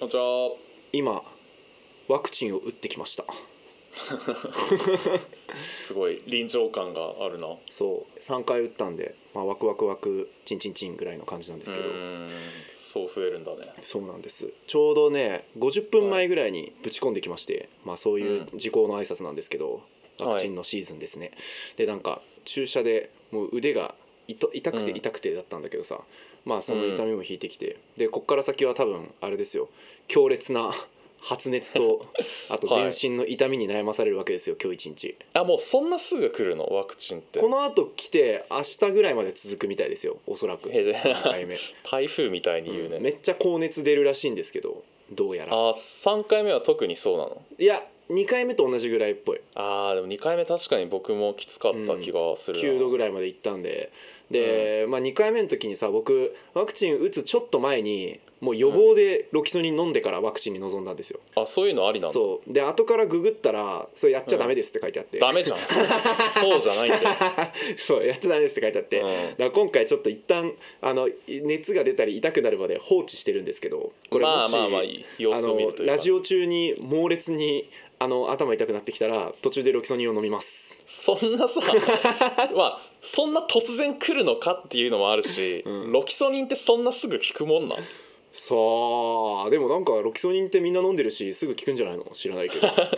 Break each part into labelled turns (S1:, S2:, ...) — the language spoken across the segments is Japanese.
S1: こんにちは
S2: 今ワクチンを打ってきました
S1: すごい臨場感があるな
S2: そう3回打ったんで、まあ、ワクワクワクチンチンチンぐらいの感じなんですけど、
S1: うーんそう増えるんだね
S2: そうなんですちょうどね50分前ぐらいにぶち込んできまして、まあ、そういう時効の挨拶なんですけど、
S1: うん
S2: ワクチンのシーズンですね、でなんか注射でもう腕が痛痛くて
S1: うん
S2: 痛くてだったんだけどさ、まあその痛みも引いてきて、でこっから先は多分あれですよ強烈な発 熱とあと
S1: はい
S2: 全身の痛みに悩まされるわけですよ今日一日
S1: あもうそんなすぐ来るのワクチンって
S2: このあと来て明日ぐらいまで続くみたいですよおそらく
S1: へえ
S2: 3 回目、
S1: 台風みたいに言うね、
S2: めっちゃ高熱出るらしいんですけどどうやら
S1: あー3回目は特にそうなの
S2: いや2回目と同じぐらいっぽい
S1: あーでも2回目確かに僕もきつかった気がするな、
S2: 9度ぐらいまで行ったんでで、まあ、2回目の時にさ僕ワクチン打つちょっと前にもう予防でロキソニン飲んでからワクチンに臨んだんですよ、
S1: あそういうのありなんだ
S2: そうで後からググったら「それやっちゃダメです」って書いてあって、
S1: ダメじ ゃんそうじゃないんだよ
S2: そうやっちゃダメですって書いてあって、
S1: うん
S2: だから今回ちょっと一旦あの熱が出たり痛くなるまで放置してるんですけどこれ
S1: まあ
S2: もし、
S1: まあまあいい様
S2: あ
S1: 子を見るという
S2: の
S1: か
S2: ラジオ中に猛烈にあの頭痛くなってきたら途中でロキソニンを飲みます
S1: そん なさまあそんな突然来るのかっていうのもあるし、ロキソニンってそんなすぐ効くもん なん
S2: さあでもなんかロキソニンってみんな飲んでるしすぐ効くんじゃないの知らない けど、
S1: なんか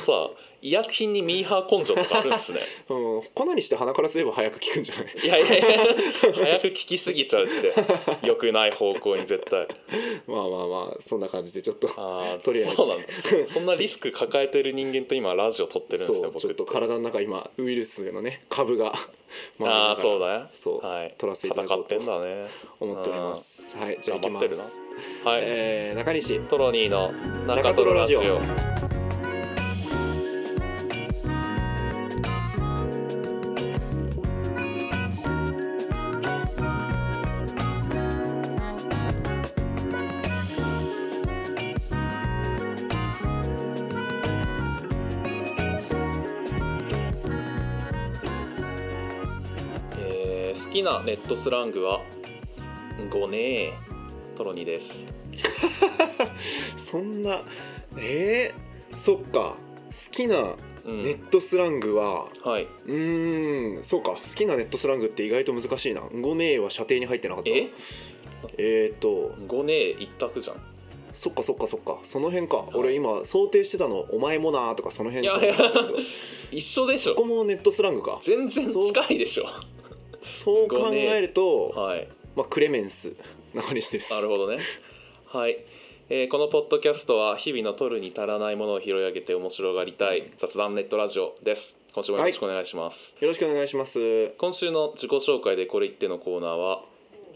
S1: さ医薬品にミーハー根性とかあるんですね
S2: うん、かなりして鼻からすれば早く効くんじゃない
S1: いやいやいや早く効きすぎちゃうって良くない方向に絶対
S2: まあまあまあそんな感じでちょっと
S1: ああ
S2: と りあえず
S1: そうなんだそんなリスク抱えてる人間と今ラジオ撮ってるんです
S2: そ
S1: ね
S2: う
S1: 僕
S2: ちょっと体の中今ウイルスのね株が回りながら
S1: ああそうだね
S2: そう、
S1: はい、
S2: 取らせていただ
S1: 戦
S2: こ
S1: っ
S2: うと
S1: てんだね
S2: 思っておりますはいじゃあ行き
S1: 頑張
S2: ま
S1: ってるな
S2: す、
S1: うんはい、
S2: えー中西
S1: トロニーの中
S2: 中
S1: トロ
S2: トロ
S1: ラ
S2: ラ
S1: ジ
S2: ジ
S1: オ
S2: オ
S1: えー好きなネットスラングは「ごねートロニーです
S2: そんなえー、そっか好きな
S1: うん
S2: ネットスラングは、
S1: はいう
S2: ーんそうか好きなネットスラングって意外と難しいな「ごねえ」は射程に入ってなかった
S1: え
S2: えーと
S1: ごねー一択じゃん
S2: そっかそっかそっかその辺か俺今想定してたの「お前もな」とかその辺
S1: いや
S2: と思ったけど
S1: 一緒でしょ
S2: ここもネットスラングか
S1: 全然近いでしょ
S2: そう考えると、
S1: はい
S2: まあ、クレメンス中西です
S1: なるほどねはい、えーこのポッドキャストは日々の取るに足らないものを拾い上げて面白がりたい雑談ネットラジオです今週もよろしくお願いします、
S2: よろしくお願いします
S1: 今週の自己紹介でこれ言ってのコーナーは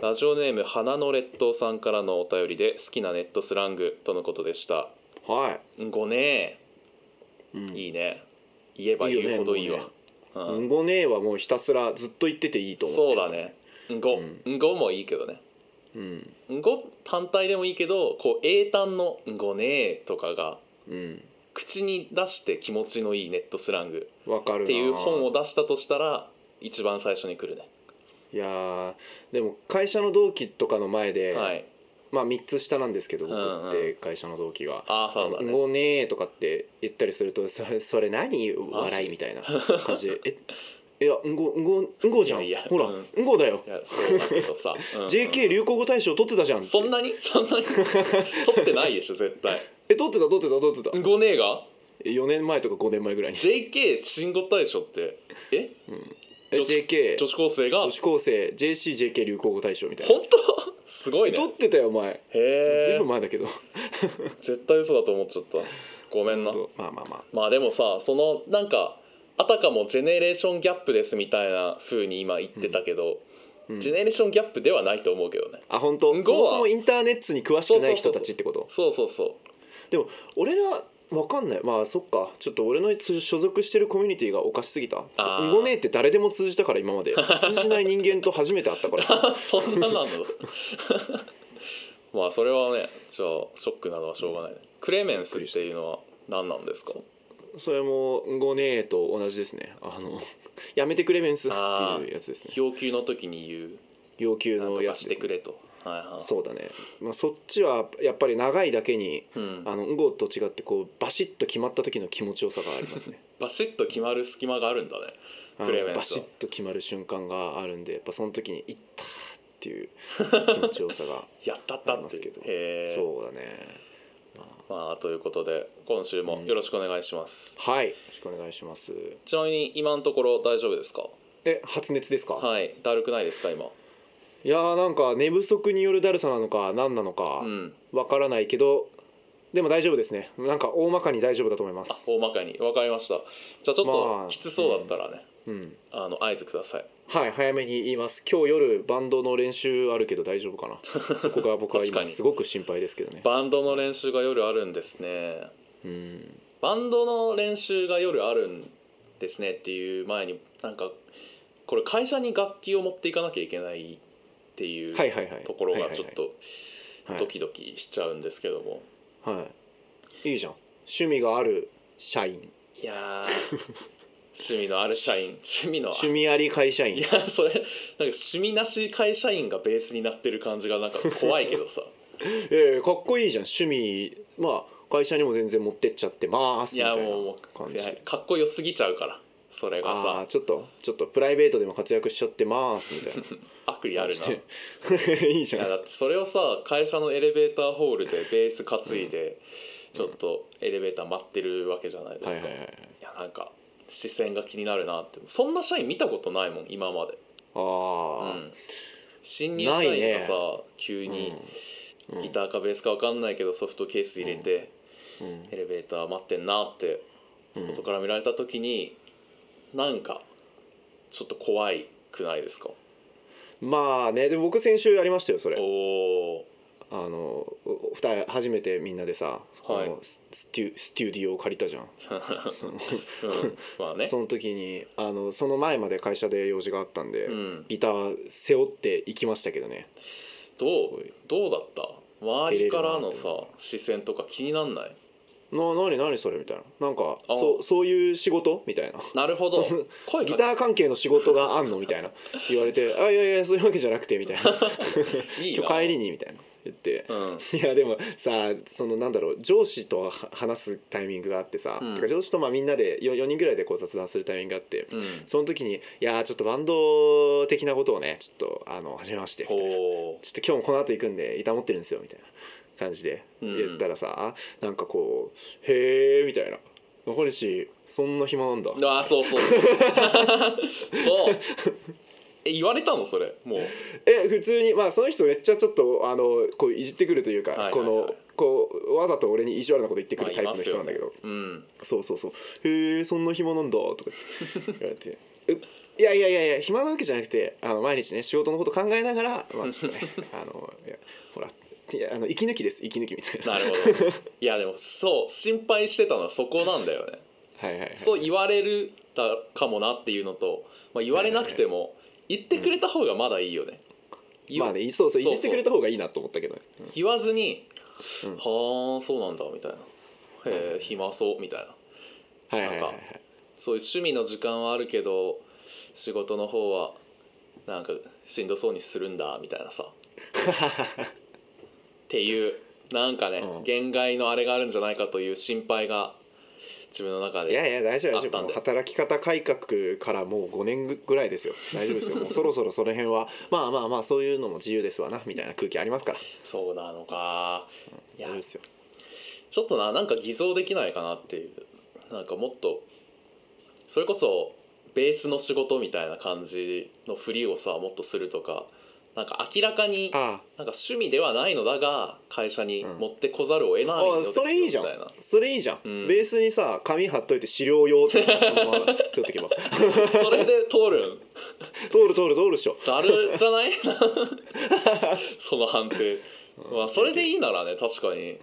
S1: ラジオネーム花の列島さんからのお便りで好きなネットスラングとのことでした
S2: は
S1: ごね
S2: い、うん
S1: いいね言えば言うほどいいわ
S2: いいよね
S1: うん
S2: うんごねえはもうひたすらずっと言ってていいと思って
S1: そうだね「ご」ごもいいけどね
S2: うん
S1: 「ご」単体でもいいけどこう英単の「ごね」とかが
S2: うん
S1: 口に出して気持ちのいいネットスラング
S2: わかるな
S1: っていう本を出したとしたら一番最初に来るね
S2: いやーでも会社の同期とかの前で、
S1: はい
S2: まあ3つ下なんですけど
S1: うんうん
S2: 僕って会社の同期が「
S1: ああそうだね
S2: ごねー」とかって言ったりすると「それそれ何笑い」みたいな感じで「えいやんごんごんごじゃん
S1: いやいや
S2: ほら、
S1: うん
S2: んごだよ
S1: いやそうだけど さ、うん
S2: JK 流行語大賞取ってたじゃん」
S1: そんなにそんなに取ってないでしょ絶対
S2: え取ってた取ってた取ってた
S1: ごねえが
S2: 4年前とか5年前ぐらいに
S1: JK 新語大賞ってえ
S2: え
S1: 女子
S2: JK
S1: 女子高生が
S2: 女子高生 JCJK 流行語大賞みたいな
S1: 本当 すごいね
S2: 取ってたよ前ずい
S1: へえ
S2: ぶん前だけど
S1: 絶対嘘だと思っちゃったごめんな
S2: まあまあまあ
S1: まあでもさそのなんかあたかもジェネレーションギャップですみたいな風に今言ってたけど、ジェネレーションギャップではないと思うけどね
S2: あ本当
S1: ん
S2: そ
S1: ごは
S2: もそもインターネットに詳しくない人たちってこと
S1: そうそう そ
S2: でも俺らわかんないまあそっかちょっと俺の所属してるコミュニティがおかしすぎた
S1: あー
S2: ごねえって誰でも通じたから今 まで通じない人間と初めて会ったから
S1: うそんななの まあそれはねじゃあショックなのはしょうがないねクレメンスっていうのは何なんですか
S2: それもごねえと同じですねあのやめてくれメンスっていうやつですね
S1: 要求の時に言う
S2: 要求
S1: なん
S2: の
S1: と
S2: や
S1: か
S2: つ
S1: し
S2: で
S1: て
S2: す
S1: く
S2: ね
S1: れと、はいはい
S2: そうだね、まあ、そっちはやっぱり長いだけに、
S1: ん
S2: あのウゴと違ってこうバシッと決まった時の気持ちよさがありますね
S1: バシッと決まる隙間があるんだね
S2: あの
S1: クレメン
S2: バシッ
S1: ス
S2: と決まる瞬間があるんでやっぱその時に「いった!」っ ていう気持ちよさが
S1: やったっ
S2: あ
S1: た
S2: り
S1: っ
S2: ます
S1: て
S2: け
S1: いう
S2: ど
S1: へえ
S2: そうだね
S1: まあということで今週もよろしくお願いします、
S2: はいよろしくお願いします
S1: ちなみに今のところ大丈夫ですか
S2: え発熱ですか、
S1: はいだるくないですか今
S2: い、やーなんか寝不足によるだるさなのか何なのか
S1: うん
S2: わからないけど、でも大丈夫ですねなんか大まかに大丈夫だと思いま
S1: あ
S2: す
S1: 大まかに分かりましたじゃあちょっ
S2: ま
S1: と
S2: あ
S1: きつそうだったらね、
S2: うん
S1: あの合図ください
S2: はい早めに言います今日夜バンドの練習あるけど大丈夫かなそこが僕は
S1: 確か
S2: 今
S1: に
S2: すごく心配ですけどね
S1: バンドの練習が夜あるんですね
S2: うん
S1: バンドの練習が夜あるんですねっていう前になんかこれ会社に楽器を持っていかなきゃいけないっていう
S2: はいはいはい
S1: ところ
S2: は
S1: が
S2: いはいは
S1: ち
S2: い
S1: ょっと
S2: はい
S1: ドキドキしちゃうんですけども、
S2: はいいいじゃん趣味がある社員
S1: いやー 趣味のある社員趣味のあ
S2: 趣味あり会社
S1: い
S2: 員
S1: やそれなんか趣味なし会社員がベースになってる感じがなんか怖いけ どさ
S2: えかっこいいじゃん趣味まあ会社にも全然持ってっちゃってます
S1: い
S2: みた
S1: や
S2: いな
S1: もう
S2: 感
S1: い
S2: じ
S1: や
S2: で
S1: かっこよすぎちゃうからそれが
S2: ああ
S1: さ
S2: ーちょっとちょっとプライベートでも活躍しちゃってますみた いな
S1: 悪意あるな
S2: していいじ
S1: い
S2: ゃ
S1: や
S2: ん
S1: だってそれをさ会社のエレベーターホールでベース担いで、ちょっとエレベーター待ってるわけじゃないですか、
S2: はい
S1: い
S2: はいはいはい
S1: やなんか視線が気になるなってそんな社員見たことないもん今まで、う
S2: ああ、
S1: ん、新入社員がさ、
S2: な
S1: 急にギターかベースか分かんないけどソフトケース入れて、
S2: うん
S1: エレベーター待ってんなって外から見られた時に、なんかちょっと怖いくないですか
S2: まあねで僕先週やりましたよそれ
S1: おー
S2: あのお二人初めてみんなでさこ
S1: はい
S2: のスステュステュディオを借り たじゃんその
S1: う ん、まあね
S2: その時にあのその前まで会社で用事があったんで、
S1: ん
S2: ギター背負って行きましたけどね
S1: ど
S2: すご
S1: う
S2: い
S1: どうだった周りからの
S2: 照
S1: さ
S2: れる
S1: 視線とか気になんない
S2: な何何それみたいななんか
S1: あー
S2: そうそういう仕事みた いな
S1: なるほど
S2: その
S1: 声
S2: ギ
S1: か
S2: ター関係の仕事があんのみたいな言われ て「あいやいやそういうわけじゃなくて」みたいな「
S1: いいな
S2: 今日帰りに」みたいな言って、
S1: うん
S2: いやでもさそのなんだろう上司とは話すタイミングがあってさ、
S1: ん
S2: てか上司とまあみんなで 4, 人ぐらいでこう雑談するタイミングがあって、
S1: ん
S2: その時に「いやちょっとバンド的なことをねちょっとあの始めまして」みたいな
S1: こ
S2: ちょっと今日もこの後行くんで板持ってるんですよみたいな感じで
S1: うん
S2: 言ったらさ、なんかこう「へえ」みたいな「中西そんな暇なんだ」
S1: うああそうそうそうえ言われたのそれもう
S2: え普通にまあその人めっちゃちょっとあのこういじってくるというか、
S1: はいはいはい
S2: このこうわざと俺に意地悪なこと言ってく
S1: まあ
S2: る
S1: い
S2: タイプ
S1: ま
S2: の
S1: す
S2: 人な
S1: よ
S2: んだけど、
S1: うん
S2: そうそうそう「へえそんな暇なんだ」とかって言われて。ういやいやいやいや暇なわけじゃなくてあの毎日ね仕事のこと考えながらまあちょっとねあのいやほらいやあの息抜きです息抜きみたいな
S1: なるほどいやでもそう心配してたのはそこなんだよね
S2: はいはいはい
S1: そう言われるだかもなっていうのと、まあ、言われなくても言ってくれた方がまだいいよね、言わ
S2: まあねいそうそういじってくれた方がいいなと思ったけどね
S1: 言わずに「はあそうなんだ」みたいな「へえ暇そう」みたいな
S2: はいはいはい
S1: な
S2: はい
S1: んかそういう趣味の時間はあるけど仕事の方はなんかしんどそうにするんだみたいなさっていうなんかね、
S2: うん
S1: 限界のあれがあるんじゃないかという心配が自分の中
S2: いや
S1: で
S2: いや大丈夫大
S1: あ
S2: 丈
S1: ったん
S2: 夫も
S1: で
S2: う働き方改革からもう5年ぐらいですよ大丈夫で すよもうそろそろその辺はまあまあまあそういうのも自由ですわなみたいな空気ありますから
S1: そうなのかい
S2: 大
S1: や
S2: 丈夫ですよ
S1: ちょっとななんか偽造できないかなっていうなんかもっとそれこそベースの仕事みたいな感じのふりをさもっとするとかなんか明らかになん
S2: あ
S1: か趣味ではないのだが会社に持ってこざるを得ないの
S2: あ
S1: です
S2: そ
S1: よ
S2: れいいじゃん
S1: みたいな
S2: それいいじゃん、
S1: ん
S2: ベースにさ紙貼っといて資料用ってこのまま 背負ってけば
S1: それで通るん
S2: 通る通る通るっしょ
S1: ざるじゃないその判定まあそれでいいならね確かに、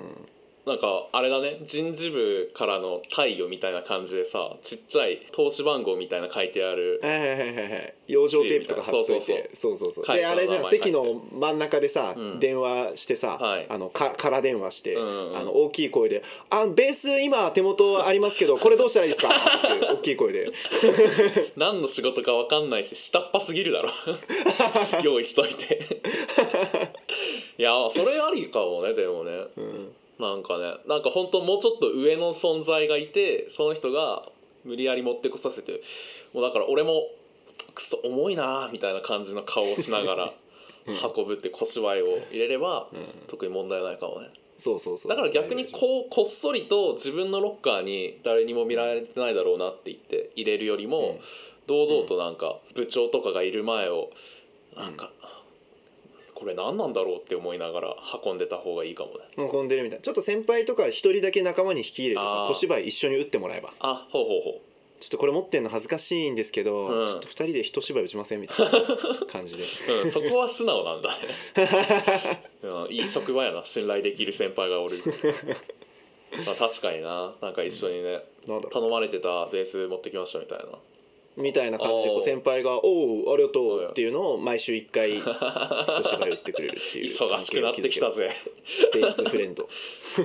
S1: なんかあれだね人事部からの貸与みたいな感じでさちっちゃい投資番号みたいな書いてある
S2: はいはいはいはいはい養生テープとか貼っといてそうそうそう
S1: 会
S2: で
S1: 社の
S2: あれじゃん
S1: 名前
S2: 席の真ん中でさ、
S1: ん
S2: 電話してさ、
S1: はい
S2: あのか空電話して、
S1: うんうんうん
S2: あの大きい声で「あベース今手元ありますけ どこれどうしたらいいですか?」って大きい声で
S1: 何の仕事か分かんないし下っ端すぎるだろ用意しといていやそれありかもねでもね、なんかねなんか本当もうちょっと上の存在がいてその人が無理やり持ってこさせてもうだから俺もくそ重いなーみたいな感じの顔をしながら運ぶって小芝居を入れれば、特に問題ないかもね
S2: そうそうそう
S1: だから逆にこうこっそりと自分のロッカーに誰にも見られてないだろうなって言って入れるよりも、堂々となんか部長とかがいる前をなんか、これ何なんだろうって思いながら運んでた方がいいかもね
S2: もう混んでるみたいなちょっと先輩とか一人だけ仲間に引き入れて
S1: あ
S2: さ
S1: ー
S2: 小芝居一緒に打ってもらえば
S1: あほうほうほう
S2: ちょっとこれ持ってんの恥ずかしいんですけど、
S1: うん
S2: ちょっと二人で一芝居打ちませんみたいな感 じで
S1: うん、そこは素直 なんだね、うん、いい職場やな信頼できる先輩がおるまあ確かにななんか一緒にね、
S2: なんだろ
S1: 頼まれてたベース持ってきましたみたいな
S2: うみたいな感じでこ
S1: お
S2: う
S1: ー
S2: 先輩が「おおありがとう」っていうのを毎週一 回一芝居打ってくれるっていう
S1: 忙しくなってきたぜ
S2: 関係を築けるベースフレ ンド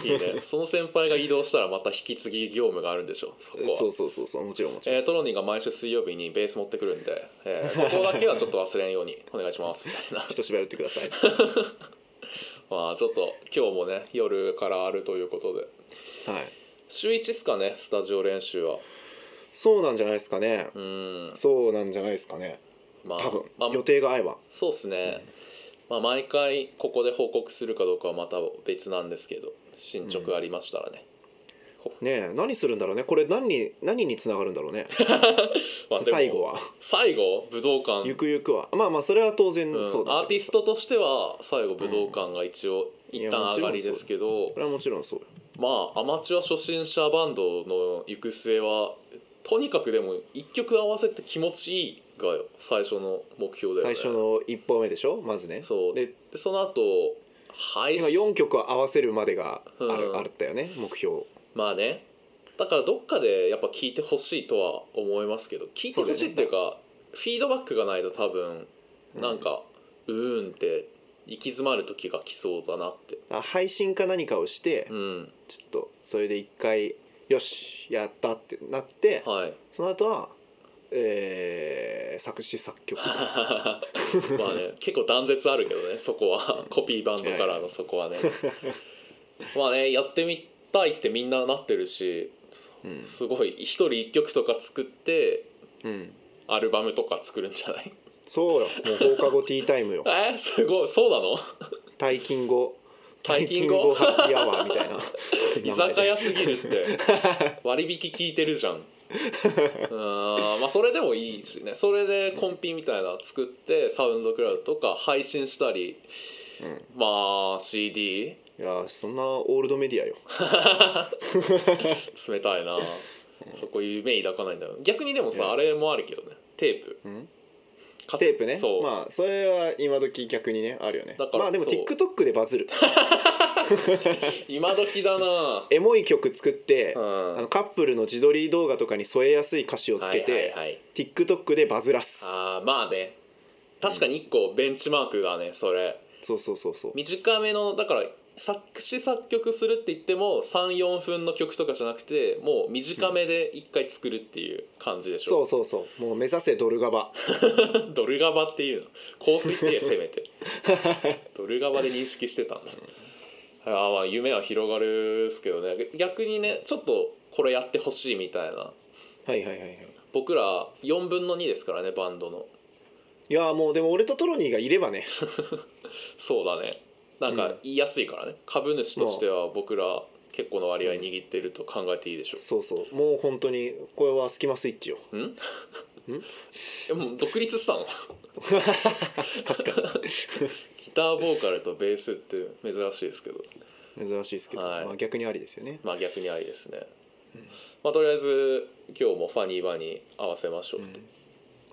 S1: いいねその先輩が移動したらまた引き継ぎ業務があるんでしょそこは
S2: そうそうそうそうもちろん もちろん
S1: えートロニーが毎週水曜日にベース持ってくるんで、え ーここだけはちょっと忘れんようにお願いしますみたいな
S2: 一芝居打ってください
S1: まあちょっと今日もね夜からあるということで
S2: はい
S1: 週1っすかねスタジオ練習は
S2: そうなんじゃないですかね
S1: うん
S2: そうなんじゃないですかね
S1: まあ
S2: 多分、
S1: まあ
S2: 予定が合えば
S1: そうっすね、まあ、毎回ここで報告するかどうかはまた別なんですけど進捗ありましたらね、
S2: ねえ何するんだろうねこれ何に何につながるんだろうね
S1: まあでも
S2: 最後は
S1: 最後武道館
S2: ゆくゆくはまあまあそれは当然
S1: うん
S2: そうだ、
S1: アーティストとしては最後武道館が一応一
S2: いやも
S1: 旦
S2: ち
S1: 上
S2: ろん
S1: がりですけど、
S2: これはもちろんそうよ
S1: まあアマチュア初心者バンドの行く末はとにかくでも一曲合わせて気持ちいいが最初の目標だよね
S2: 最初の一歩目でしょまずね
S1: そうで
S2: で
S1: その後配
S2: 今
S1: 信
S2: 4曲合わせるまでがある、
S1: うん
S2: あったよね目標
S1: まあねだからどっかでやっぱ聞いてほしいとは思いますけど聞いてほしいっていうかフィードバックがないと多分なんか、うーんって行き詰まる時が来そうだなって
S2: あ配信か何かをして、
S1: うん
S2: ちょっとそれで一回よしやったってなって、
S1: はい
S2: その後はえー作詞作 曲
S1: まあね結構断絶あるけどねそこはコピーバンドからのそこはね まあねやってみたいってみんななってるし、
S2: ん
S1: すごい一人一曲とか作って
S2: うん
S1: アルバムとか作るんじゃない
S2: そうよもう放課後ティータイムよ
S1: えすごいそうなの
S2: 退勤後
S1: 退勤後
S2: ハッピーアワーみたいな
S1: 居酒屋すぎるって割引聞いてるじゃんうーんまあそれでもいいしねそれでコンピみたいなの作ってサウンドクラウドとか配信したり、まあ CD
S2: いやーそんなオールドメディア よ
S1: 冷たいなそこ夢抱かないんだよ逆にでもさあれもあるけどねテープ
S2: ん
S1: カセ
S2: テープね
S1: そう、
S2: まあそれは今時逆にねあるよね
S1: だから
S2: まあでも
S1: そう
S2: TikTok でバ ズる
S1: 今時だな
S2: エモい曲作って、
S1: うん
S2: あのカップルの自撮り動画とかに添えやすい歌詞を つけて、
S1: はいはいはい
S2: TikTok でバズらす
S1: あーまあね確かに一個ベンチマークがねそれ
S2: そうそうそうそう
S1: 短めのだから作詞作曲するって言っても34分の曲とかじゃなくてもう短めで一回作るっていう感じでし
S2: そ
S1: ょ、
S2: うそうそうもう目指せドルガバ
S1: ドルガバっていうの香水って言えせめてドルガバで認識してたんだああまあ夢は広がるっすけどね逆にねちょっとこれやってほしいみたいな
S2: はいはいはいはい
S1: 僕ら4分の2ですからねバンドの
S2: いやーもうでも俺とトロニーがいればね
S1: そうだねなんか言いやすいからね、株主としては僕ら結構の割合握ってると考えていいでしょう
S2: そうそうもう本当にこれはスキマスイッ チよ
S1: んえもう独立したの
S2: 確 か
S1: ギターボーカルとベースって珍しいですけど
S2: に珍しいですけど、
S1: はい
S2: まあ、逆にありですよね
S1: まあ逆にありですね、まあとりあえず今日もファニーバに合わせましょうと、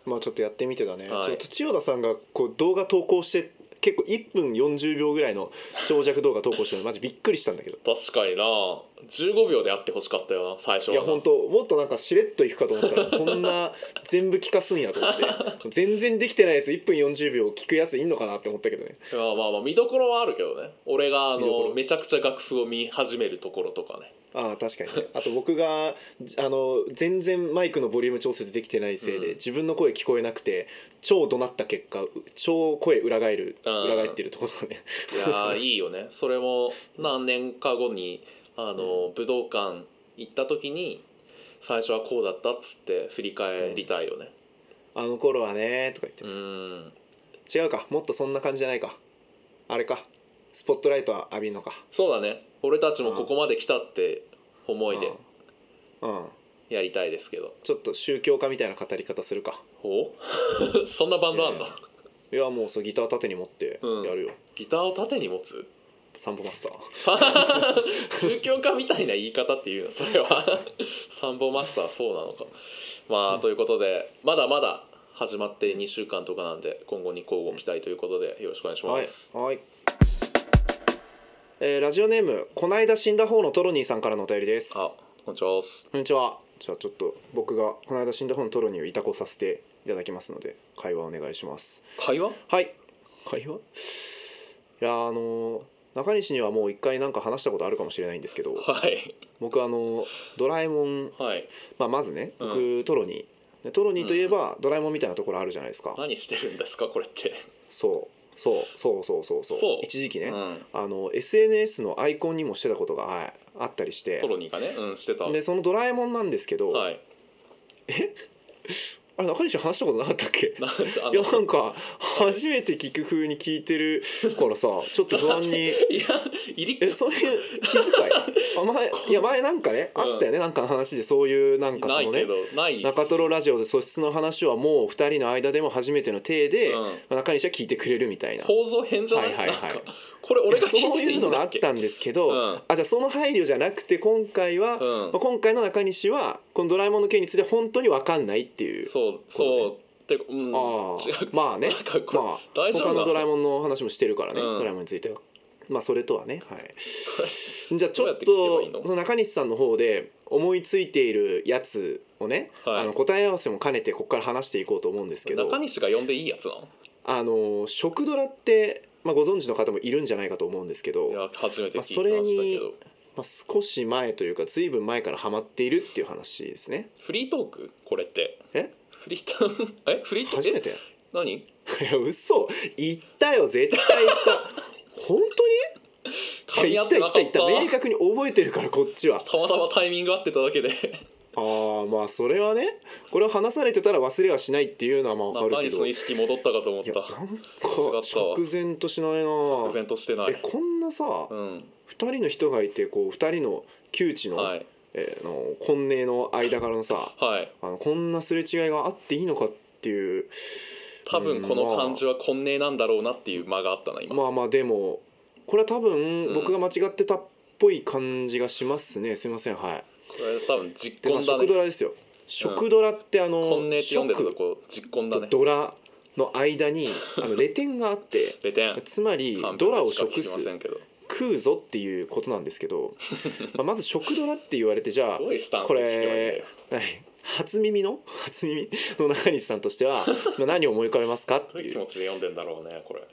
S2: まあちょっとやってみてだね、
S1: はい
S2: ちょっと千代田さんがこう動画投稿して結構1分40秒ぐらいの長尺動画投稿してるのマジびっくりしたんだけど
S1: 確かにな15秒でやってほしかったよな最初
S2: い
S1: は
S2: や
S1: な
S2: 本当もっとなんかしれっといくかと思ったらこんな全部聞かすんやと思って全然できてないやつ1分40秒聞くやついんのかなって思ったけどね
S1: いやまあまあ見どころはあるけどね俺があ
S2: 見どころ
S1: のめちゃくちゃ楽譜を見始めるところとかね
S2: ああ確かにねあと僕がじあの全然マイクのボリューム調節できてないせいで、
S1: うん
S2: 自分の声聞こえなくて超怒鳴った結果う超声裏返る
S1: うん
S2: 裏返ってるところがね
S1: いやーいいよねそれも何年か後にあの、武道館行った時に最初はこうだったっつって振り返りたいよね
S2: あの頃はねとか言って
S1: う、ーん
S2: 違うかもっとそんな感じじゃないかあれかスポットライトは浴びるのか
S1: そうだね俺たちもここまで来たって思いで
S2: うん
S1: やりたいですけど
S2: ちょっと宗教家みたいな語り方するか
S1: お そんなバンドあんの、
S2: いやいやもうそうギター縦に持って
S1: うん
S2: やるよ、
S1: ギターを縦に持つ
S2: サンボマスター
S1: 宗教家みたいな言い方っていうの それはサンボマスターそうなのかまあということでまだまだ始まって2週間とかなんで今後に交互期待ということでよろしくお願いし
S2: は
S1: ま
S2: い
S1: す、
S2: はいえーラジオネームこないだ死んだ方のトロニーさんからのお便りです
S1: あこんにちはっす
S2: こんにちは。じゃあちょっと僕がこの間死んだ本トロニーをいたこさせていただきますので会話お願いします。
S1: 会話
S2: はい。会話？いやーあのー中西にはもう一回なんか話したことあるかもしれないんですけど、
S1: はい
S2: 僕あのードラえもん
S1: はい
S2: まあまずね僕、
S1: う
S2: トロニーでトロニーといえばドラえもんみたいなところあるじゃないですか。
S1: 何してるんですかこれって
S2: そうそうそうそうそうそう
S1: そう
S2: 一時期ね、
S1: うん
S2: あの SNS のアイコンにもしてたことが、はい、あったりして
S1: トロニーがねうんしてた
S2: でそのドラえもんなんですけど、
S1: はい
S2: あれ中西話したことなかったっけ
S1: なんかあの
S2: いやなんか初めて聞く風に聞いてるからさちょっと不安に
S1: いや入り
S2: えそういう気遣いあ前いや前なんかねあったよね、なんかの話でそういうなんか
S1: な
S2: その
S1: いけ
S2: ね
S1: どない
S2: 中トロラジオで素質の話はもう二人の間でも初めての体で、
S1: うん
S2: まあ中西は聞いてくれるみたいな。
S1: 構造変じゃない,、
S2: はいはいはい
S1: なんかこれ俺が聞
S2: そう
S1: て
S2: いうのがあ
S1: ん
S2: っ
S1: だけ
S2: たんですけど、
S1: うん
S2: あじゃあその配慮じゃなくて今回は、
S1: うん
S2: まあ今回の中西はこの「ドラえもん」の件について本当に分かんないっていう
S1: そうそうってうん
S2: あ
S1: 違
S2: あ
S1: う
S2: まあね
S1: なんかこれ
S2: まあ
S1: 大丈夫な
S2: 他
S1: の
S2: のドラえもんの話もしてるからね、
S1: うん
S2: ドラえもんについてはまあそれとはねはい じゃあち
S1: ど
S2: ょっ
S1: うやって聞けばいい
S2: と
S1: の
S2: その中西さんの方で思いついているやつをね、
S1: はい
S2: あの答え合わせも兼ねてここから話していこうと思うんですけど
S1: 中西が呼んでいいやつなの
S2: あの食ドラって、まあ、ご存知の方もいるんじゃないかと思うんですけど
S1: いや初めて
S2: ま
S1: 聞
S2: あ、
S1: い
S2: そ
S1: て
S2: れ
S1: ました
S2: に
S1: けど、
S2: まあ、少し前というか随分前からハマっているっていう話ですね
S1: フリートークこれって
S2: え
S1: フリートークえフリートーク
S2: 初めて
S1: え 何
S2: いや嘘言ったよ絶対言った 本当に
S1: 噛
S2: い
S1: み
S2: や
S1: 合
S2: 言
S1: っ
S2: ってた
S1: な
S2: 言
S1: か
S2: っ
S1: ったた
S2: 言った明確に覚えてるからこっちは
S1: たまたまタイミング合ってただけで
S2: ああまあそれはねこれを話されてたら忘れはしないっていうのはまあわか
S1: 中
S2: るけ
S1: 西
S2: ど
S1: の
S2: い
S1: 意識戻ったかと思っ
S2: や
S1: た
S2: なんか釈然としないな
S1: 愕然としてな
S2: え
S1: い
S2: こんなさ、
S1: う
S2: 二
S1: ん
S2: 2人の人がいてこう2人の窮地の,、
S1: はい
S2: えーの婚礼の間からのさ
S1: はい
S2: あのこんなすれ違いがあっていいのかっていう
S1: 多分この感じはこんねなんだろうなっていう間があったな今、
S2: まあまあでもこれは多
S1: うん
S2: 分僕が間違ってたっぽい感じがしますねすいませんはい。
S1: これ多分実
S2: でまあ
S1: 婚だ
S2: 食ド
S1: ね
S2: ラですよ食ドラってあ
S1: こ
S2: の
S1: んねって読んでたと
S2: 食
S1: こ実婚だ
S2: と
S1: ね
S2: ドラの間 にあのレ点があって
S1: レテン
S2: つまりドラを食
S1: 完璧
S2: す
S1: しか聞きませんけど
S2: 食うぞっていうことなんです けどまあまず食ドラって言われてじゃあ
S1: どういうスタンス
S2: こ
S1: で聞けばいいんだ
S2: れ
S1: よ
S2: 何初耳の 初耳の中西さんとし てはまあ何を思い浮かべますかって
S1: どういう
S2: い
S1: 気
S2: う
S1: 持ちで読んでんだろうねこれ
S2: あ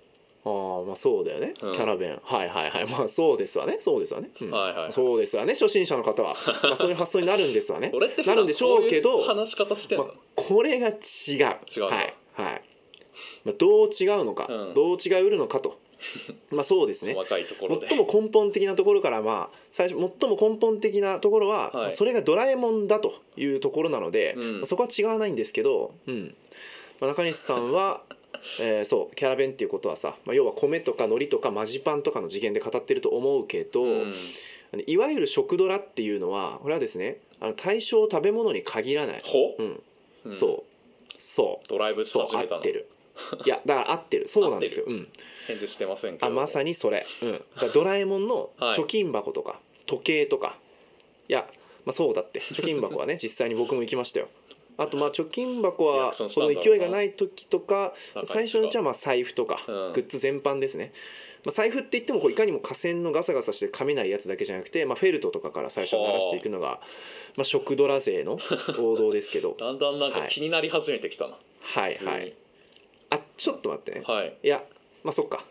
S2: あまあそうだよね、
S1: うん
S2: キャラ弁はいはいはいまあそうですわねそうですわね、うん
S1: はいはい
S2: そうですわね初心者の方は、まあ、そういう発想になるんですわね
S1: 俺って普段
S2: なるんでしょうけ
S1: こ
S2: ど
S1: い話し方してん
S2: まあ
S1: の、、
S2: これが違う
S1: 違うんだ
S2: はい、はいまあ、どう違うのか、
S1: うん
S2: どう違うのか とまあそうですね
S1: 細かいところで
S2: 最も根本的なところからまあ最初最も根本的なところは、
S1: い
S2: まあそれがドラえもんだというところなので、
S1: うん
S2: まあそこは違わないんですけど、うんまあ、中西さんは、 えーそうキャラ弁っていうことはさ、まあ、要は米とか海苔とかマジパンとかの次元で語ってると思うけど、
S1: うん
S2: あのいわゆる食ドラっていうのはこれはですねあの対象を食べ物に限らない
S1: ほ、
S2: うん
S1: うん
S2: そうそう
S1: ドライブし
S2: そう
S1: 始めた
S2: 合
S1: の
S2: ってるいやだから合っ てるそうなんですよ、うん、
S1: 返事してませんけど
S2: あまさにそれ、 うん、だからドラえもんの
S1: はい
S2: 貯金箱 とか時計とかいや、まあ、そうだって貯金箱はね実際に僕も行きましたよあとまあ貯金箱
S1: リア
S2: は
S1: クションし
S2: そ
S1: たん
S2: の
S1: だろうな
S2: 勢いがない時とか
S1: なんか
S2: 最初のうちはまあ財布とか
S1: うん
S2: グッズ全般ですね、まあ、財布って言ってもこういかにも河川のガサガサして噛めないやつだけじゃなくて、まあ、フェルトとかから最初鳴らしていくのが、まあ、食ドラ勢の王道です けど
S1: だんだんなんか
S2: はい
S1: 気になり始めてきたな、
S2: はい
S1: 普通に
S2: はいあちょっと待ってね、
S1: はい
S2: いやまあそ っかま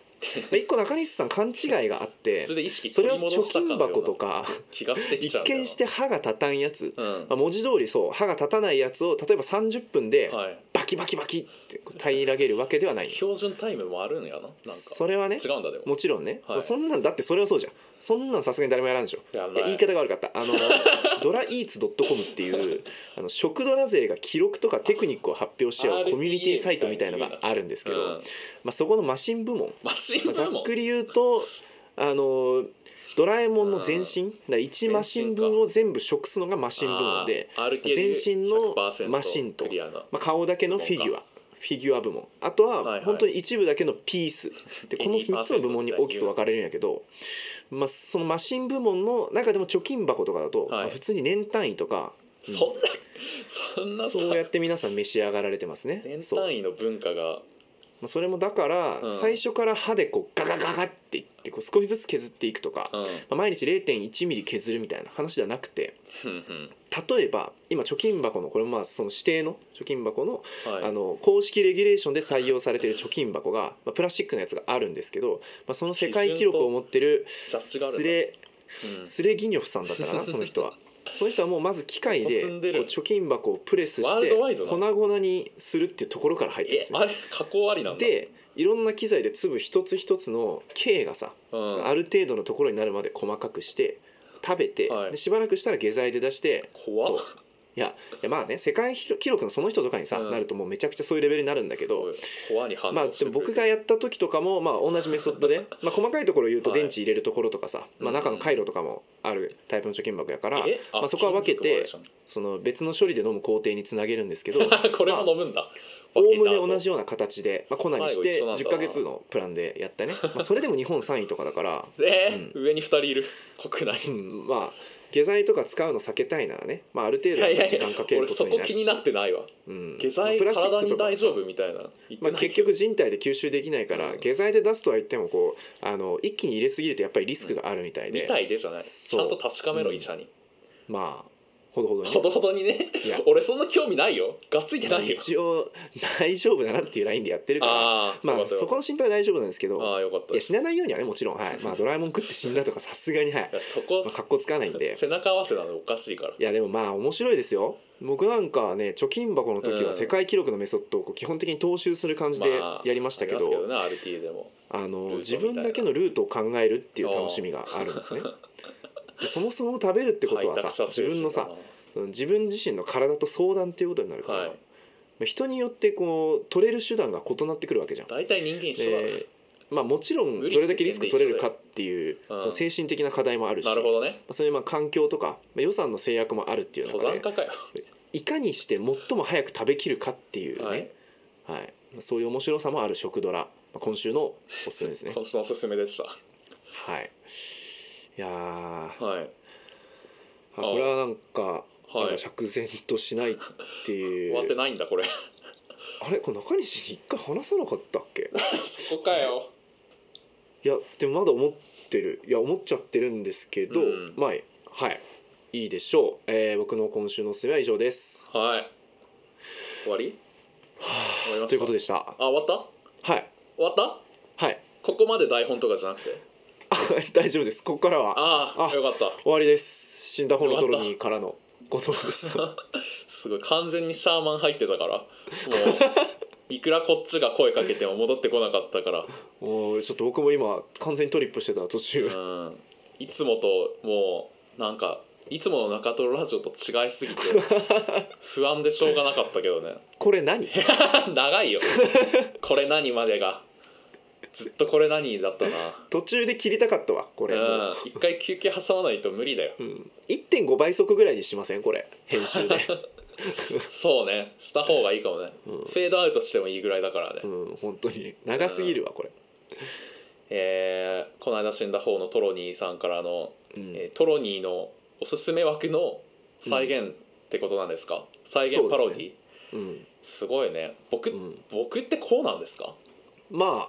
S2: あ一個中西さん勘違いがあって
S1: それで意識
S2: そ
S1: 取
S2: れを
S1: り戻
S2: 貯
S1: したかのよ
S2: 金
S1: うな
S2: 箱とか
S1: 気がしてきち
S2: 一
S1: ゃうんだよな
S2: 見して歯が立たんやつ、
S1: うん
S2: まあ、文字通りそう歯が立たないやつを例えば30分で
S1: はい
S2: バキバキバキってこう平らげるわけではない
S1: 標準タイムもあるんやななんか
S2: それはね
S1: 違うんだでも
S2: もちろんね、
S1: はい
S2: そんなんだってそれはそうじゃんそんなんさすがに誰もやらんでしょ
S1: やらない
S2: いや言い方が悪かったあのドライーツ .com っていうあの食ドラ勢が記録とかテクニックを発表し合う
S1: RTA
S2: コミュニティサイトみたいのがあるんですけど、
S1: うん
S2: まあ、そこのマシン部門
S1: マシ
S2: ま
S1: ン
S2: あざ
S1: 部
S2: っ
S1: 門
S2: くり言うとあのドラえもんの全身だ1マシン分を全部食すのがマシン部門で
S1: あー RTA
S2: 全身の
S1: 100%
S2: マシンと
S1: クリアな、
S2: まあ、顔だけのフィギュ
S1: もん
S2: アフィギュア部門あと
S1: はいは
S2: はい本当に一部だけのピースでこの3つの部門に大きく分かれるんやけど、まあ、そのマシン部門の中でも貯金箱とかだ
S1: は
S2: と、
S1: い
S2: まあ普通に年単位とか
S1: そんなそ
S2: そ
S1: ん
S2: う
S1: な
S2: や
S1: さ
S2: って皆さん召し上がられてますね。
S1: 年
S2: そう
S1: 単位の文化が
S2: まあそれもだから、
S1: うん
S2: 最初から歯でこうガガガガっていってこう少しずつ削っていくとか、
S1: うん
S2: まあ毎日0 1ミリ削るみたいな話じゃなくて
S1: ふんふん
S2: 例えば今貯金箱のこれもまあその指定の貯金箱の,、
S1: はい
S2: あの公式レギュレーションで採用されてる貯金箱が、まあ、プラスチックのやつがあるんですけど、まあ、その世界記録を持ってる
S1: ジャッジがある
S2: ス
S1: んだ
S2: レスレギニョフさんだったかなその人 は。その人はもうまず機械で
S1: 進んでる
S2: こう貯金箱をプレス
S1: ワ
S2: し
S1: ール
S2: て
S1: ドワイドだ
S2: 粉々にするっていうところから入って
S1: え
S2: ますね
S1: あ。れ加工ありなんだ
S2: でいろんな機材で粒一つ一つの径がさ、
S1: うん
S2: ある程度のところになるまで細かくして食べて、
S1: はい
S2: でしばらくしたら下剤で出して
S1: 怖っ
S2: そういやいやまあね世界記録のその人とかにさ、
S1: うん
S2: なるともうめちゃくちゃそういうレベルになるんだけど
S1: おい怖に反応
S2: まあ、
S1: し
S2: で
S1: て
S2: も
S1: くる
S2: 僕がやった時とかも、まあ、同じメソッドで、まあ、細かいところを言うと
S1: はい
S2: 電池入れるところとかさ、まあ、中の回路とかもあるタイプの貯金箱やから、
S1: えあ
S2: まあ、そこは分け
S1: 金
S2: て
S1: 属もあるじ
S2: その別の処理で飲む工程につなげるんですけど
S1: これも飲むんだ
S2: おお
S1: 分
S2: む
S1: け
S2: ね
S1: た後
S2: 同じような形で、まあ、粉にし
S1: 最後一
S2: て
S1: 緒なんだ
S2: 10ヶ月のプランでやったね、まあ、それでも日本3位とかだから、
S1: えー上に2人いる国内
S2: う
S1: い
S2: ん、まあ下剤とか使うの避けたいならね、まあ、ある程度
S1: やいやい
S2: 時
S1: や
S2: 間かける
S1: 俺
S2: こと
S1: そ
S2: に
S1: こ
S2: なる
S1: 気
S2: し
S1: になってないわ
S2: うん
S1: 下
S2: まあ
S1: 剤
S2: プラスチッ
S1: 体
S2: クと
S1: に
S2: か
S1: 大丈夫みたいな言って
S2: ま
S1: な
S2: あ、
S1: い
S2: 結局人体で吸収できないから、
S1: うん
S2: 下剤で出すとは言ってもこうあの一気に入れすぎるとやっぱりリスクがあるみたいで、
S1: みたいでじゃないち
S2: そう
S1: ゃんと確かめろ
S2: うん
S1: 医者に
S2: まあほどほどにね
S1: ほどほどにね
S2: いや
S1: 俺そんな興味ないよがっついて
S2: まあ
S1: ないよ
S2: 一応大丈夫だなっていうラインでやってるから
S1: あー
S2: ま
S1: よか
S2: あ
S1: ったよ
S2: そこの心配は大丈夫なんですけど
S1: ああよかった
S2: い
S1: で
S2: や
S1: す
S2: 死なないようにはねもちろん、はいまあ、ドラえもん食って死んだとかさすがにはい
S1: いやそこ
S2: まあ、かっこつかないん で
S1: 背中合わせなのおかしいから
S2: いやでもまあ面白いですよ僕なんかはね貯金箱の時
S1: う
S2: は
S1: ん
S2: 世界記録のメソッドをこう基本的に踏襲する感じでやりましたけど,、
S1: まあありますけどね RT でも
S2: あ、の
S1: ルートみたいな
S2: 自分だけのルートを考えるっていう楽しみがあるんです ねでそもそも食べるってことは
S1: 開
S2: さ
S1: 拓者
S2: 自
S1: 精神だな
S2: 分のさその自分自身の体と相談っていうことになるから、
S1: はい
S2: まあ人によってこう取れる手段が異なってくるわけじゃん
S1: 大体人間一緒だな
S2: でまあもちろんどれだけリスク取れるかっていう
S1: うん
S2: その精神的な課題もあるし
S1: なるほどね
S2: まあそういうまあ環境とかまあ予算の制約もあるっていう
S1: 登
S2: 中
S1: 山
S2: で
S1: 家かよ
S2: いかにして最も早く食べきるかっていうね、は
S1: はいい
S2: そういう面白さもある食ドラ、まあ今週のおすすめですね
S1: 今週のおすすめでし
S2: はいいやーあ
S1: たはい
S2: これはなんか、
S1: はい
S2: なんか釈然としないっていう
S1: 終わってないんだこれ
S2: あれこれ中西に一回話さなかったっけ
S1: そこかよ
S2: いやでもまだ思ってるいや思っちゃってるんですけど、
S1: うん
S2: まあはいいいでしょう、えー僕の今週のおすすめは以上です
S1: はい終わり終わりました
S2: ということでした
S1: あ終わっ
S2: はい
S1: た終わった
S2: はい
S1: ここまで台本とかじゃなくて
S2: あ大丈夫ですここからは
S1: ああ
S2: あ
S1: よかった
S2: 終わりです死んだ方のトロニーからの言葉でした
S1: すごい完全にシャーマン入ってたからもういくらこっちが声かけても戻ってこなかったから
S2: もうちょっと僕も今完全にトリップしてた途中、
S1: うんいつもともうなんかいつもの中トロラジオと違いすぎて不安でしょうがなかったけどね
S2: これ何
S1: 長いよこれ何までがずっとこれ何だったな
S2: 途中で切りたかったわこれ、
S1: うん一回休憩挟まないと無理だよ、
S2: 1.5倍速ぐらいにしませんこれ編集で、
S1: そうねした方がいいかもね、フェードアウトしてもいいぐらいだからね、
S2: うん、本当に長すぎるわこれ
S1: えーこの間死んだ方のトロニーさんからの、
S2: うん
S1: えートロニーのおすすめ枠の再現ってことなんですか再現パロディす,、
S2: うん、
S1: ごいね僕、
S2: うん
S1: 僕ってこうなんですか
S2: まあ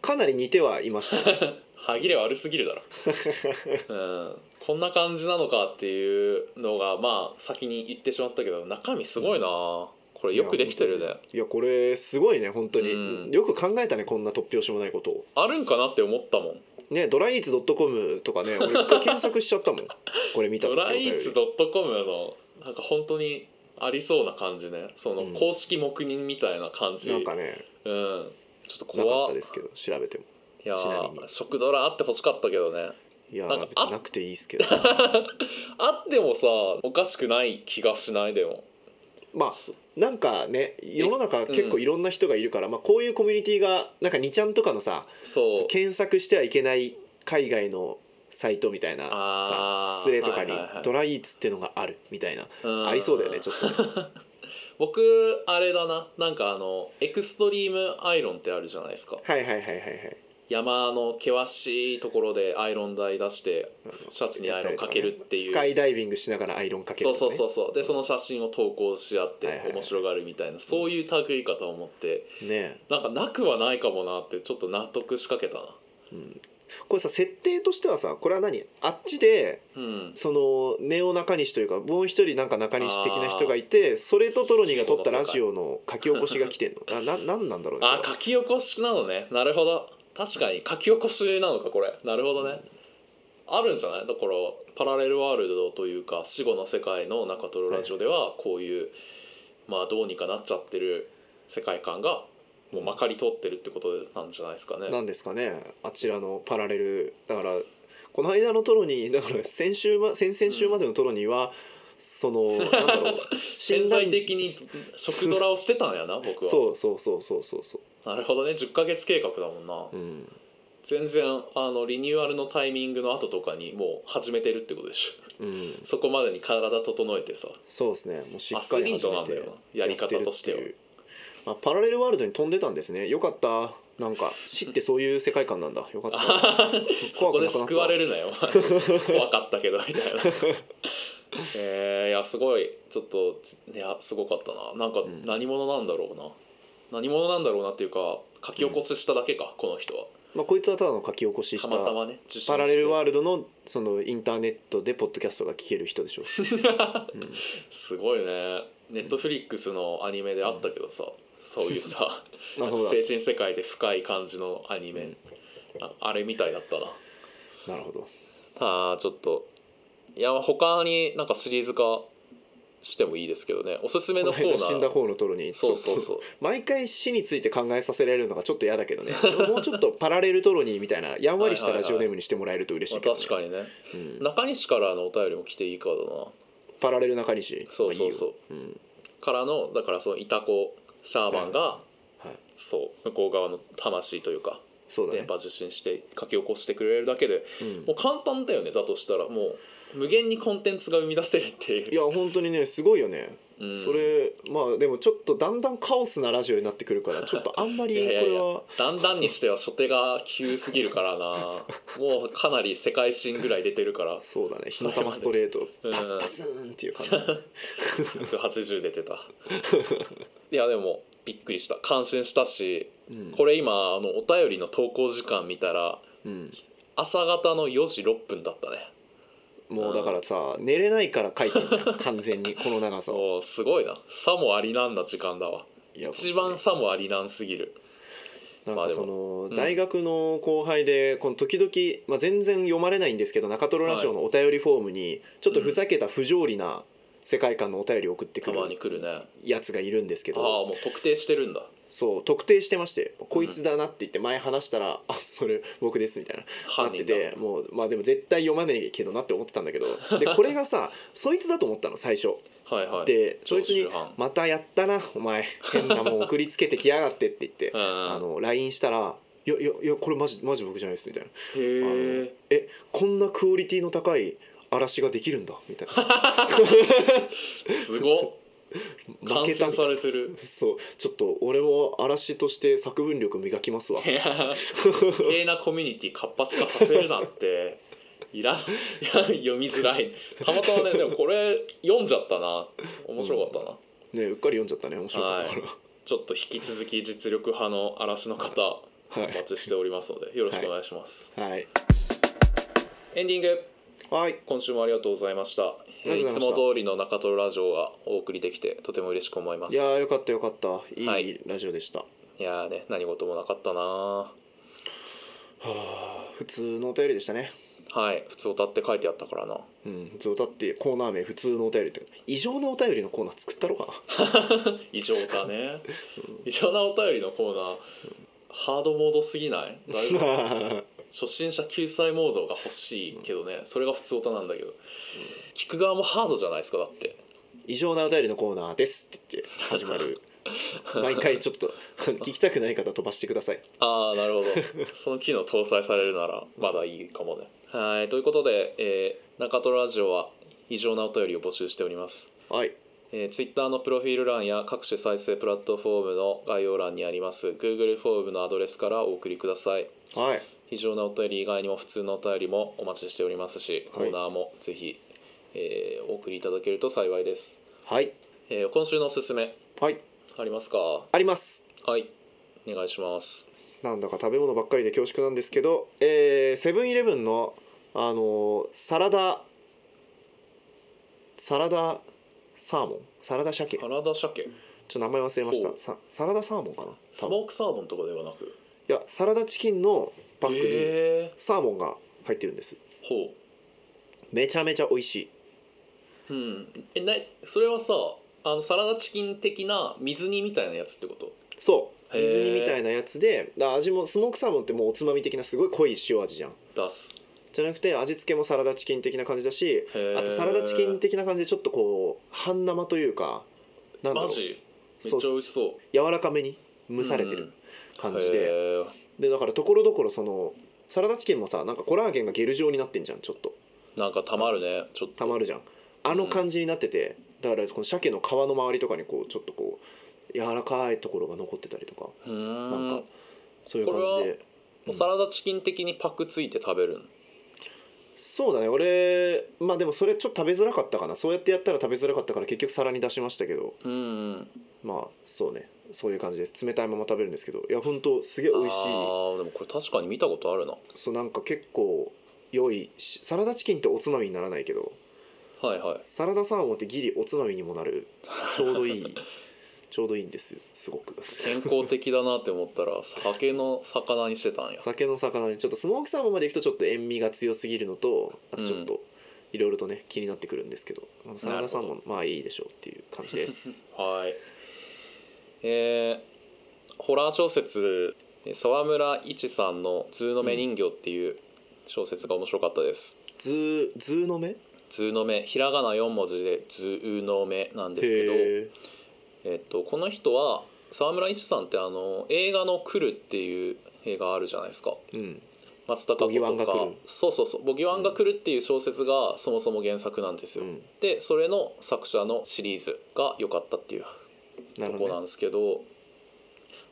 S2: かなり似てはいましたね
S1: 歯切れ悪すぎるだ ろ、うん、こんな感じなのかっていうのがまあ先に言ってしまったけど中身すごいな、こ れよくできてる
S2: い
S1: ね
S2: やいやこれすごいね本当に、
S1: うん
S2: よく考えたねこんな突拍子もないことを
S1: あるんかなって思ったもん
S2: ねドライーツ .com とかね俺一回検索しちゃったも んこれ見た
S1: ド
S2: 時お
S1: ライ
S2: 便
S1: ー
S2: り
S1: ツ .com のなんか本当にありそうな感じねその
S2: うん
S1: 公式黙認みたいな感じ、う
S2: なんんかね
S1: ちょっと
S2: なかっ
S1: 怖
S2: た
S1: っ
S2: ですけど調べても
S1: いや
S2: ちなみに
S1: ー食ドラあってほしかったけどね
S2: いや
S1: なんか
S2: ー別になくていいですけど
S1: あってもさおかしくない気がしないでも
S2: まあなんかね世の中結構いろんな人がいるから、まあ、こういうコミュニティがなんか2ちゃんとかのさ
S1: そう
S2: 検索してはいけない海外のサイトみたいな
S1: あ
S2: さ
S1: ー
S2: スレとかに
S1: はいはいはい
S2: ドライーツってのがあるみたいな
S1: うん
S2: ありそうだよね ちょっとね
S1: 僕あれだななんかあのエクストリームアイロンってあるじゃないですか
S2: はいはいはいはいはい
S1: 山の険しいところでアイロン台出してシャツにアイロンかけるっていう、
S2: スカイダイビングしながらアイロンかけ
S1: そ
S2: る
S1: う
S2: とか
S1: そ
S2: ね、
S1: うそうそうでその写真を投稿し合っ
S2: はいはい
S1: て
S2: はい
S1: 面白がるみたいなそういう類い方を持って
S2: ね
S1: なんかなくはないかもなってちょっと納得しかけたな
S2: これさ設定としてはさこれは何あっちで
S1: うん
S2: そのネオ中西というかもう一人なんか中西的な人がいてそれとトロニーが撮ったラジオの書き起こしが来てんのなななんなんだろうね
S1: あ書き起こしなのねなるほど確かに書き起こしなのかこれなるほどねあるんじゃないだからパラレルワールドというか死後の世界の中トロラジオではこういう、まあどうにかなっちゃってる世界観がもうまかり通ってるってことなんじゃないですかね
S2: なんですかねあちらのパラレルだからこの間のトロニーだ から先週、ま、先々週までのトロニーは、そのなんだ ろう
S1: 潜在
S2: 診断
S1: 的に食ドラをしてたんやな僕は
S2: そうそうそうそうそうそ
S1: なるほどね10ヶ月計画だもんな、
S2: う、うん、
S1: 全然あのリニューアルのタイミングの後とかにもう始めてるってことでしょ
S2: うん、
S1: そこまでに体整えてさ
S2: そうですねもうしっかり始め
S1: アスリートなんだ
S2: て
S1: よなやり方としては
S2: やっるっいうまあ、パラレルワールドに飛んでたんですねよかったなんか死ってそういう世界観なんだよかった
S1: そこで
S2: 怖く
S1: 救
S2: なくな
S1: わ
S2: った
S1: れる なよ怖かったけどみたいなえー、いやすごいちょっといやすごかったななんか何者なんだろうな、何者なんだろうなっていうか書き起こししただけか、この人は
S2: まあこいつはただの書き起こしたした
S1: またまね受信して
S2: パラレルワールドのそのインターネットでポッドキャストが聞ける人で しょ
S1: すごいねネットフリックスのアニメであったけどさ、そういうさ
S2: あそうだ
S1: 精神世界で深い感じのアニメ、ああれみたいだったな
S2: なるほど
S1: あーちょっといや他になんかシリーズ化してもいいですけどねおすすめ
S2: この
S1: のコー
S2: 辺
S1: ナ
S2: の死んだ
S1: ー
S2: 方のトロに
S1: そうそうそう
S2: ちょっと毎回死について考えさせられるのがちょっと嫌だ けどねもうちょっとパラレルトロニーみたいなやんわりしたラジオネームにしてもらえると嬉しいけど、ね
S1: 確かにね、中西からのお便りも来ていいかだな
S2: パラレル中西、
S1: そうそうそううからのだからそのイタコシャーマンが、
S2: まあいいよはい、
S1: そう向こう側の魂というか
S2: そうだね
S1: 電波受信して書き起こしてくれるだけで、もう簡単だよねだとしたらもう無限にコンテンツが生み出せるっていう
S2: いや本当にねすごいよね、
S1: うん
S2: それまあでもちょっとだんだんカオスなラジオになってくるからちょっとあんまり
S1: い
S2: こ
S1: やいやい
S2: れ
S1: や
S2: は
S1: だんだんにしては初手が急すぎる からなもうかなり世界新ぐらい出てるから
S2: そうだね火の玉ストレート
S1: うん
S2: パスパスーンっていう感じ
S1: 180出てたいやでもびっくりした感心したし、
S2: ん
S1: これ今あのお便りの投稿時間見たら
S2: うん
S1: 朝方の4時6分だったね
S2: もうだからさ寝れないから書いてんじゃん完全にこの長さを
S1: おーすごいなさもありなんな時間だわ
S2: いや
S1: 一番さもありなんすぎる
S2: なん
S1: まあ
S2: か
S1: でも
S2: その
S1: ん
S2: 大学の後輩でこの時々、まあ、全然読まれないんですけど中トロラジオのお便りフォームにちょっとふざけた不条理な世界観のお便りを送ってく
S1: たまに
S2: る
S1: 来るねあ
S2: やつがいるんですけ
S1: あ
S2: ど
S1: もう特定してるんだ
S2: そう特定してまして「こいつだな」って言って前話したら「あそれ僕です」みたいなな
S1: 犯
S2: っ
S1: 人
S2: て
S1: だ
S2: てもうまあでも絶対読まねえけどなって思ってたんだけどでこれがさそいつだと思ったの最初
S1: はいはい
S2: でそ
S1: 常
S2: いつ
S1: 習
S2: に
S1: 犯
S2: 「またやったなお前変なもん送りつけてきやがって」って言って
S1: うんうん
S2: あの LINE したら「いやいやいやこれマジマジ僕じゃないです」みたいな「あの
S1: へえ
S2: えこんなクオリティの高い嵐ができるんだ」みたいな
S1: すごっ
S2: 負
S1: 感
S2: けた
S1: 心
S2: みた
S1: さ
S2: いな
S1: れてる
S2: そうちょっと俺も嵐として作 文力磨きますわ
S1: いや軽なコミュニティ活発化させるなんていらん読みづらいたまたまねでもこれ読んじゃったな面白かったな、
S2: ねうっかり読んじゃったね面白かったから、
S1: ちょっと引き続き実力派の嵐の方、
S2: はい
S1: お待ちしておりますのでよろしくお願いします、
S2: はい。
S1: エンディング
S2: はい。
S1: 今週もありがとうございました
S2: りがとうござい
S1: い
S2: ま
S1: つ
S2: した
S1: も通りの中トロラジオがお送りできてとても嬉しく思いま
S2: い
S1: す
S2: やーよかったよかった。いい、
S1: はい
S2: ラジオでした。はい
S1: やーね何事もなかったな
S2: あ普通のお便りでしたね。
S1: はい普通歌って書いてあったからな
S2: うん。普通歌ってコーナー名普通のお便りって異常なお便りのコーナー作ったろうかな。
S1: 異常だね異常なお便りのコーナーハードモードすぎないだいぶ 初心者救済モードが欲しいけどねそれが普通歌なんだけど聞く側もハードじゃないですかだって
S2: 異常なお便りのコーナーですって言って始まる。毎回ちょっと聞きたくない方飛ばしてください。
S1: ああなるほ どその機能搭載されるならまだいいかもねはいということで、えー中トロラジオは異常なお便りを募集しております
S2: はい。
S1: えー、Twitter のプロフィール欄や各種再生プラットフォームの概要欄にあります Google フォームのアドレスからお送りください
S2: はい。
S1: 非常なお便り以外にも普通のお便りもお待ちしておりますしコ
S2: はい
S1: ーナーもぜひ、えーお送りいただけると幸いです、
S2: はい。
S1: えー今週のおすすめ
S2: はい。
S1: ありますか
S2: あります。
S1: はいお願いします
S2: なんだか食べ物ばっかりで恐縮なんですけど、えーセブンイレブンの、あのーサラダサラダサーモンサラダ鮭ち
S1: サ
S2: ょっ
S1: ラダ鮭
S2: と名前忘れまし
S1: ほ
S2: た
S1: う
S2: さサラダサーモンかな
S1: ス
S2: 多
S1: モ
S2: 分
S1: ークサーモンとかではなく
S2: いやサラダチキンのパックに
S1: へえ
S2: サーモンが入ってるんです
S1: ほ
S2: めちゃめちゃ美味しいう
S1: うんえなそれはさあのサラダチキン的な水煮みたいなやつってこと
S2: そう
S1: へー
S2: 水煮みたいなやつでだ味もスモークサーモンってもうおつまみ的なすごい濃い塩味じゃん
S1: 出す
S2: じゃなくて味付けもサラダチキン的な感じだし
S1: ー
S2: あとサラダチキン的な感じでちょっとこう半生というかなんだろ
S1: マ
S2: う
S1: ジめっ
S2: そう
S1: ちゃ美味しそう
S2: 柔らかめに蒸されてる感じ
S1: へ
S2: で、
S1: ー
S2: でだからところどころそのサラダチキンもさなんかコラーゲンがゲル状になってんじゃんちょっと
S1: なんかたまるねちょっと
S2: たまるじゃんあの感じになってて、だからこの鮭の皮の周りとかにこうちょっとこう柔らかいところが残ってたりとか、
S1: うーん
S2: なんかそういう感じ
S1: これは
S2: で
S1: サラダチキン的にパクついて食べるの
S2: そうだね俺まあでもそれちょっと食べづらかったかなそうやってやったら食べづらかったから結局皿に出しましたけど
S1: うんうん
S2: まあそうねそういう感じです冷たいまま食べるんですけどいやほんとすげえ美味しい
S1: あーでもこれ確かに見たことあるな
S2: そうなんか結構良いしサラダチキンっておつまみにならないけど
S1: はいはい
S2: サラダサーモンってギリおつまみにもなるちょうど いいちょうどいいんですよすごく
S1: 健康的だなって思った ら酒の魚にしてたんや
S2: 酒の魚にちょっとスモークサーモンまでいくとちょっと塩味が強すぎるのとあとちょっといろいろとね気になってくるんですけどあのサラダサーモ
S1: な
S2: ンまあいいでしょうっていう感じです
S1: はいえーホラー小説え沢村一さんの「通の目人形」っていう小説が面白かったです、
S2: ずーずーの目
S1: 図の目ひらがな4文字で「図の目」なんですけど
S2: へえ
S1: えっと、この人は沢村一さんってあの映画の「来る」っていう映画あるじゃないですか
S2: うん
S1: 松たか子
S2: ボギワ
S1: と
S2: ンが
S1: か
S2: 来る
S1: そうそうそう「ボギワンが来る」っていう小説がそもそも原作なんですよ、
S2: うん
S1: でそれの作者のシリーズが良かったっていう
S2: な
S1: と
S2: る
S1: こ
S2: ほ
S1: な
S2: ど
S1: ん
S2: ね
S1: ですけど「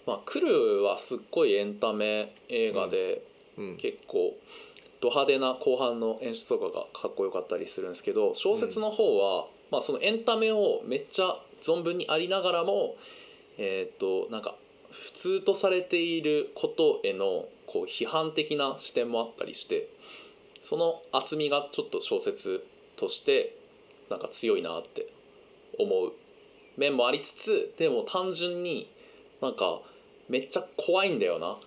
S1: まあ、来る」はすっごいエンタメ映画で、
S2: うん
S1: 結構ド派手な後半の演出とかがかっこよかったりするんですけど小説の方は、まあ、そのエンタメをめっちゃ存分にありながらもえーっ、となんか普通とされていることへのこう批判的な視点もあったりしてその厚みがちょっと小説としてなんか強いなって思う面もありつつでも単純になんかめっちゃ怖いんだよな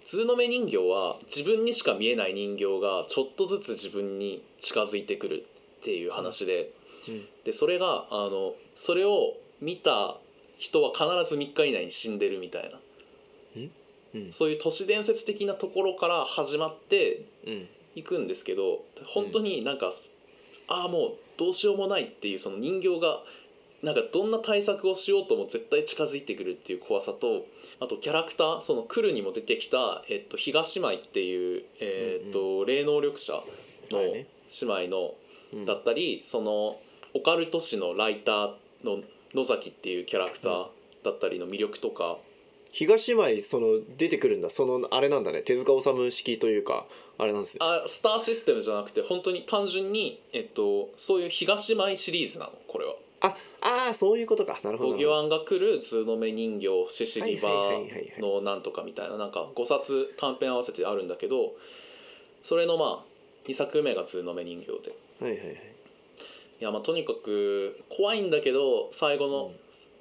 S1: 普通の目人形は自分にしか見えない人形がちょっとずつ自分に近づいてくるっていう話で,、
S2: うん
S1: でそれがあのそれを見た人は必ず3日以内に死んでるみたいな、
S2: うん
S1: そういう都市伝説的なところから始まって
S2: うん
S1: いくんですけど本当になんか、ああもうどうしようもないっていうその人形がなんかどんな対策をしようとも絶対近づいてくるっていう怖さとあとキャラクターそのクルにも出てきた、えっと、東舞っていう、えーっと霊能力者の
S2: あれね
S1: 姉妹の、
S2: うん
S1: だったりそのオカルト誌のライターの野崎っていうキャラクターだったりの魅力とか、
S2: 東舞その出てくるんだそのあれなんだね手塚治虫式というかあれなんですね
S1: あスターシステムじゃなくて本当に単純に、えっと、そういう東舞シリーズなのこれは。
S2: ああーそういうことかなるほど
S1: ボ
S2: な
S1: ギ
S2: るほ
S1: ワンが来る「図の目人形」「シシリバ
S2: はいはいはいはいはい
S1: のなんとか」みたいななんか5冊短編合わせてあるんだけどそれのまあ2作目が「図の目人形で」
S2: どはいはいはい
S1: いやまあとにかく怖いんだけど最後の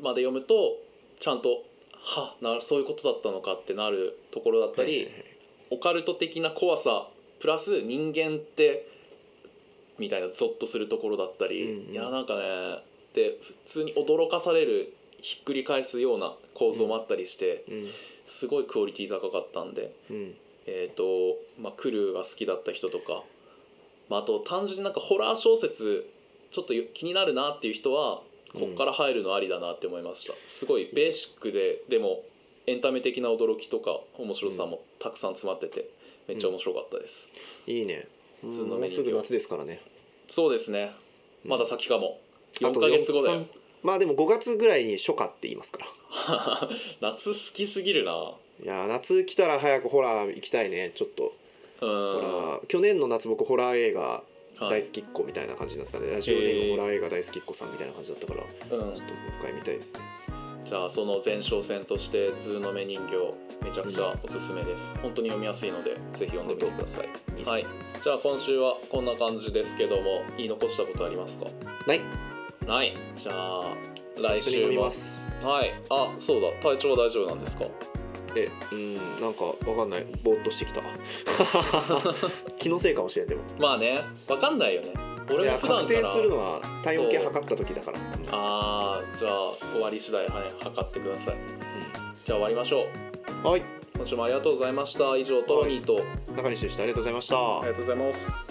S1: まで読むとちゃんと「はなそういうことだったのか」ってなるところだったり
S2: はいはいはい
S1: オカルト的な怖さプラス人間ってみたいなゾッとするところだったり、
S2: うんうん
S1: いやなんかねで普通に驚かされるひっくり返すような構造もあったりして、すごいクオリティ高かったんで、
S2: うんうん
S1: えーとまあ、クルーが好きだった人とか、まあ、あと単純になんかホラー小説ちょっとよ気になるなっていう人はこっから入るのありだなって思いました、すごいベーシックででもエンタメ的な驚きとか面白さもたくさん詰まっててめっちゃ面白かったです、
S2: いいね
S1: 普通
S2: うん
S1: の
S2: も
S1: メニ
S2: う
S1: ュー
S2: すぐ夏ですからね
S1: そうですねまだ先かも、
S2: あ
S1: 4
S2: と
S1: ヶ月後だ
S2: 四
S1: よ
S2: 三まあでも5月ぐらいに初夏って言いますから
S1: 夏好きすぎるない
S2: やー夏来たら早くホラー行きたいねちょっと
S1: う
S2: ホラ
S1: ん
S2: ー去年の夏僕ホラー映画
S1: い
S2: 大好きっ子みたいな感じになってたんで、ラジオネームホラー映画大好きっ子さんみたいな感じだったから、
S1: うん
S2: ちょっともう一回見たいですね
S1: じゃあその前哨戦として「図の目人形」めちゃくちゃおすすめです、本当に読みやすいのでぜひ読んでみてください
S2: いいっすね
S1: はい、じゃあ今週はこんな感じですけども言い残したことありますか
S2: ない
S1: ないじゃあ来
S2: 一緒に
S1: 週
S2: 飲み
S1: も
S2: ます
S1: はいあそうだ体調は大丈夫なんですか
S2: えうんなんかわかんないぼーっ としてきた気のせいかもしれんでも
S1: まあねわかんないよね
S2: い
S1: 俺も
S2: や
S1: 普段
S2: 確
S1: から
S2: 定するのは体温計測った時だから
S1: あーじゃあ終わり次第はね測ってくださいじゃあ終わりましょう
S2: うんはい
S1: 今週もありがとうございました以上トロニーと、あ
S2: 中西でしたありがとうございました
S1: りがとうございます